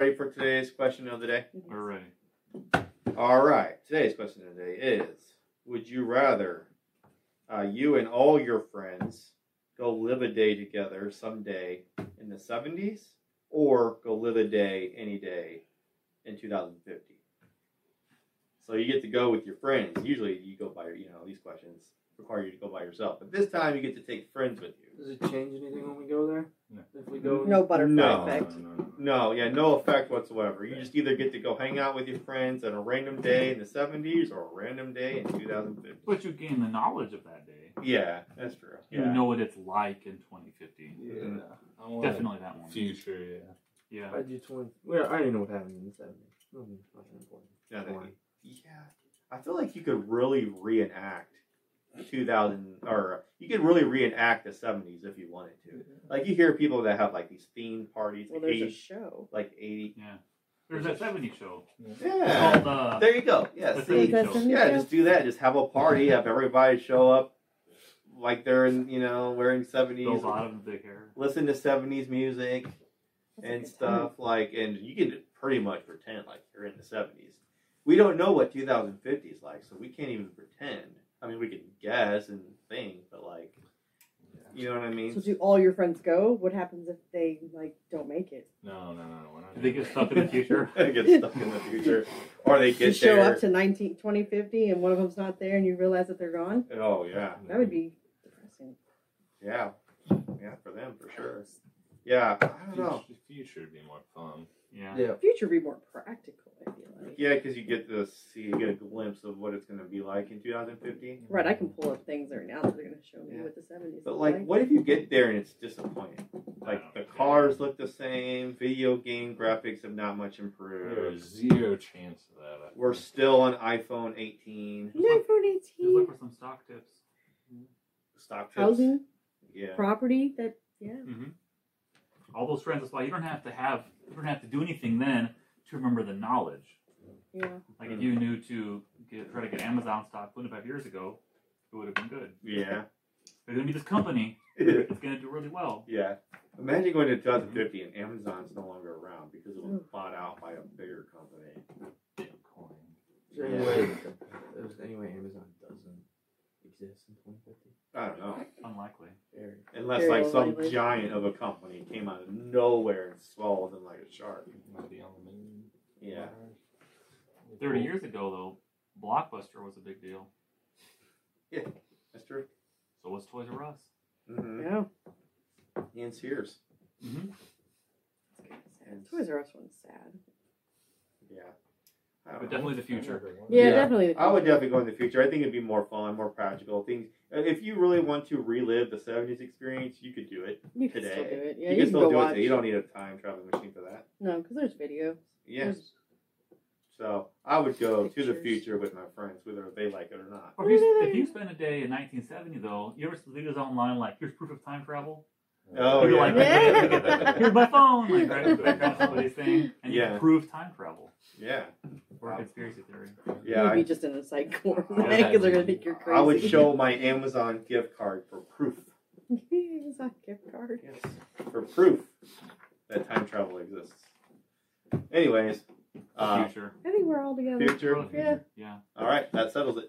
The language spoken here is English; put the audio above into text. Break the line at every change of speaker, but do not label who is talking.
ready for today's question of the day?
We're ready.
All right. Today's question of the day is Would you rather uh, you and all your friends go live a day together someday in the 70s or go live a day any day in 2050? So you get to go with your friends. Usually you go by, your- you know, these questions require you to go by yourself. But this time you get to take friends with you.
Does it change anything when we go there?
No.
If we go,
No butterfly
No.
effect.
No, no, no.
No, yeah, no effect whatsoever. You just either get to go hang out with your friends on a random day in the 70s or a random day in 2050.
But you gain the knowledge of that day.
Yeah, that's true.
You
Yeah.
know what it's like in 2050.
Yeah. I want
Definitely that one.
Future, yeah.
Yeah.
I do twenty. Well, I already know what happened in the seventies. Nothing fucking important.
No, that- yeah. I feel like you could really reenact 2000 or you could really reenact the 70s if you wanted to. Like you hear people that have like these theme parties,
Mm-hmm. Well,
like
there's a
80,
show.
like 80.
Yeah. There's that 70 show. It's
Yeah.
called, uh,
There you go. Yeah,
That's
see?
it. Because
Yeah, just do that. Just have a party. Have everybody show up like they're in, you know, wearing
Bill
70s.
Bottom, the big hair.
listen to 70s music and stuff like and you can pretty much pretend like you're in the 70s we don't know what 2050 is like so we can't even pretend i mean we can guess and think but like you know what i
So
mean
do all your friends go? What happens if they like don't make it?
No, no, no, no. We're not
Do they
doing
get
that.
stuck in the future?
get stuck in the future or they
You
get
show
there
up to 19, 2050 and one of them's not there and you realize that they're gone?
oh yeah
That would be depressing.
yeah yeah for them for sure yeah i don't know
Future, future would be more fun.
Yeah.
Yeah.
Future would be more practical, I feel like.
yeah because you get to see you get a glimpse of what it's going to be like in 2050
Right, I can pull up things right now that are going to show me
Yeah.
what the 70s
but
is
like what if you get there and it's disappointing Like the cars look the same, video game graphics have not much improved.
There's zero chance of that. I
We're
think.
still on iPhone 18
An iPhone
Just look
18,
for some stock tips.
stock tips.
housing,
Yeah,
property, that, yeah.
Mm-hmm. All those friends. That's why you don't have to have, you don't have to do anything then to remember the knowledge.
Yeah.
Like if you knew to get, try to get Amazon stock 25 years ago, it would have been good.
yeah,
There's going to be this company that's going to do really well.
yeah. Imagine going to 2050 and Amazon's no longer around because it was
Mm.
bought out by a bigger company.
Bitcoin.
Is there any way? There's any way Amazon doesn't exist in twenty fifty.
I don't know,
Unlikely.
Very.
unless
Very
like some
unlikely.
giant of a company came out of nowhere and swallowed them like a shark.
Might be on the moon.
Yeah,
30 years ago, though, Blockbuster was a big deal.
that's true.
So was Toys R Us.
Mm-hmm.
Yeah.
And Sears.
It's kind of
And-
sad. Toys R Us one's sad.
Yeah, I
But
don't know.
definitely the future.
Yeah,
Yeah.
definitely.
I would definitely go in the future. I think it'd be more fun, more practical things. uh, If you really want to relive the '70s experience, you could do it.
You can still
today.
do it. Yeah,
you can still
go
do it.
watch.
Today. You don't need a time traveling machine for that.
No, because there's video.
Yeah.
There's-
So I would go to the
Pictures.
future with my friends, whether they like it or not.
Or if, you, if you spend a day in 1970, though, you ever see videos online like, here's proof of time travel?
Oh,
You're
yeah.
like,
Yeah.
here's my phone! Like, right, right down somebody's thing, and you
Yeah.
can prove time travel.
Yeah,
Or conspiracy theory.
yeah.
You'd be
I,
just in a psych ward
Yeah.
because they're gonna think you're crazy.
I would show my Amazon gift card for proof.
it's not gift card.
Yes, for proof that time travel exists. Anyways, uh,
future. Uh,
I think we're all together.
future.
Yeah.
Yeah.
All right, that settles it.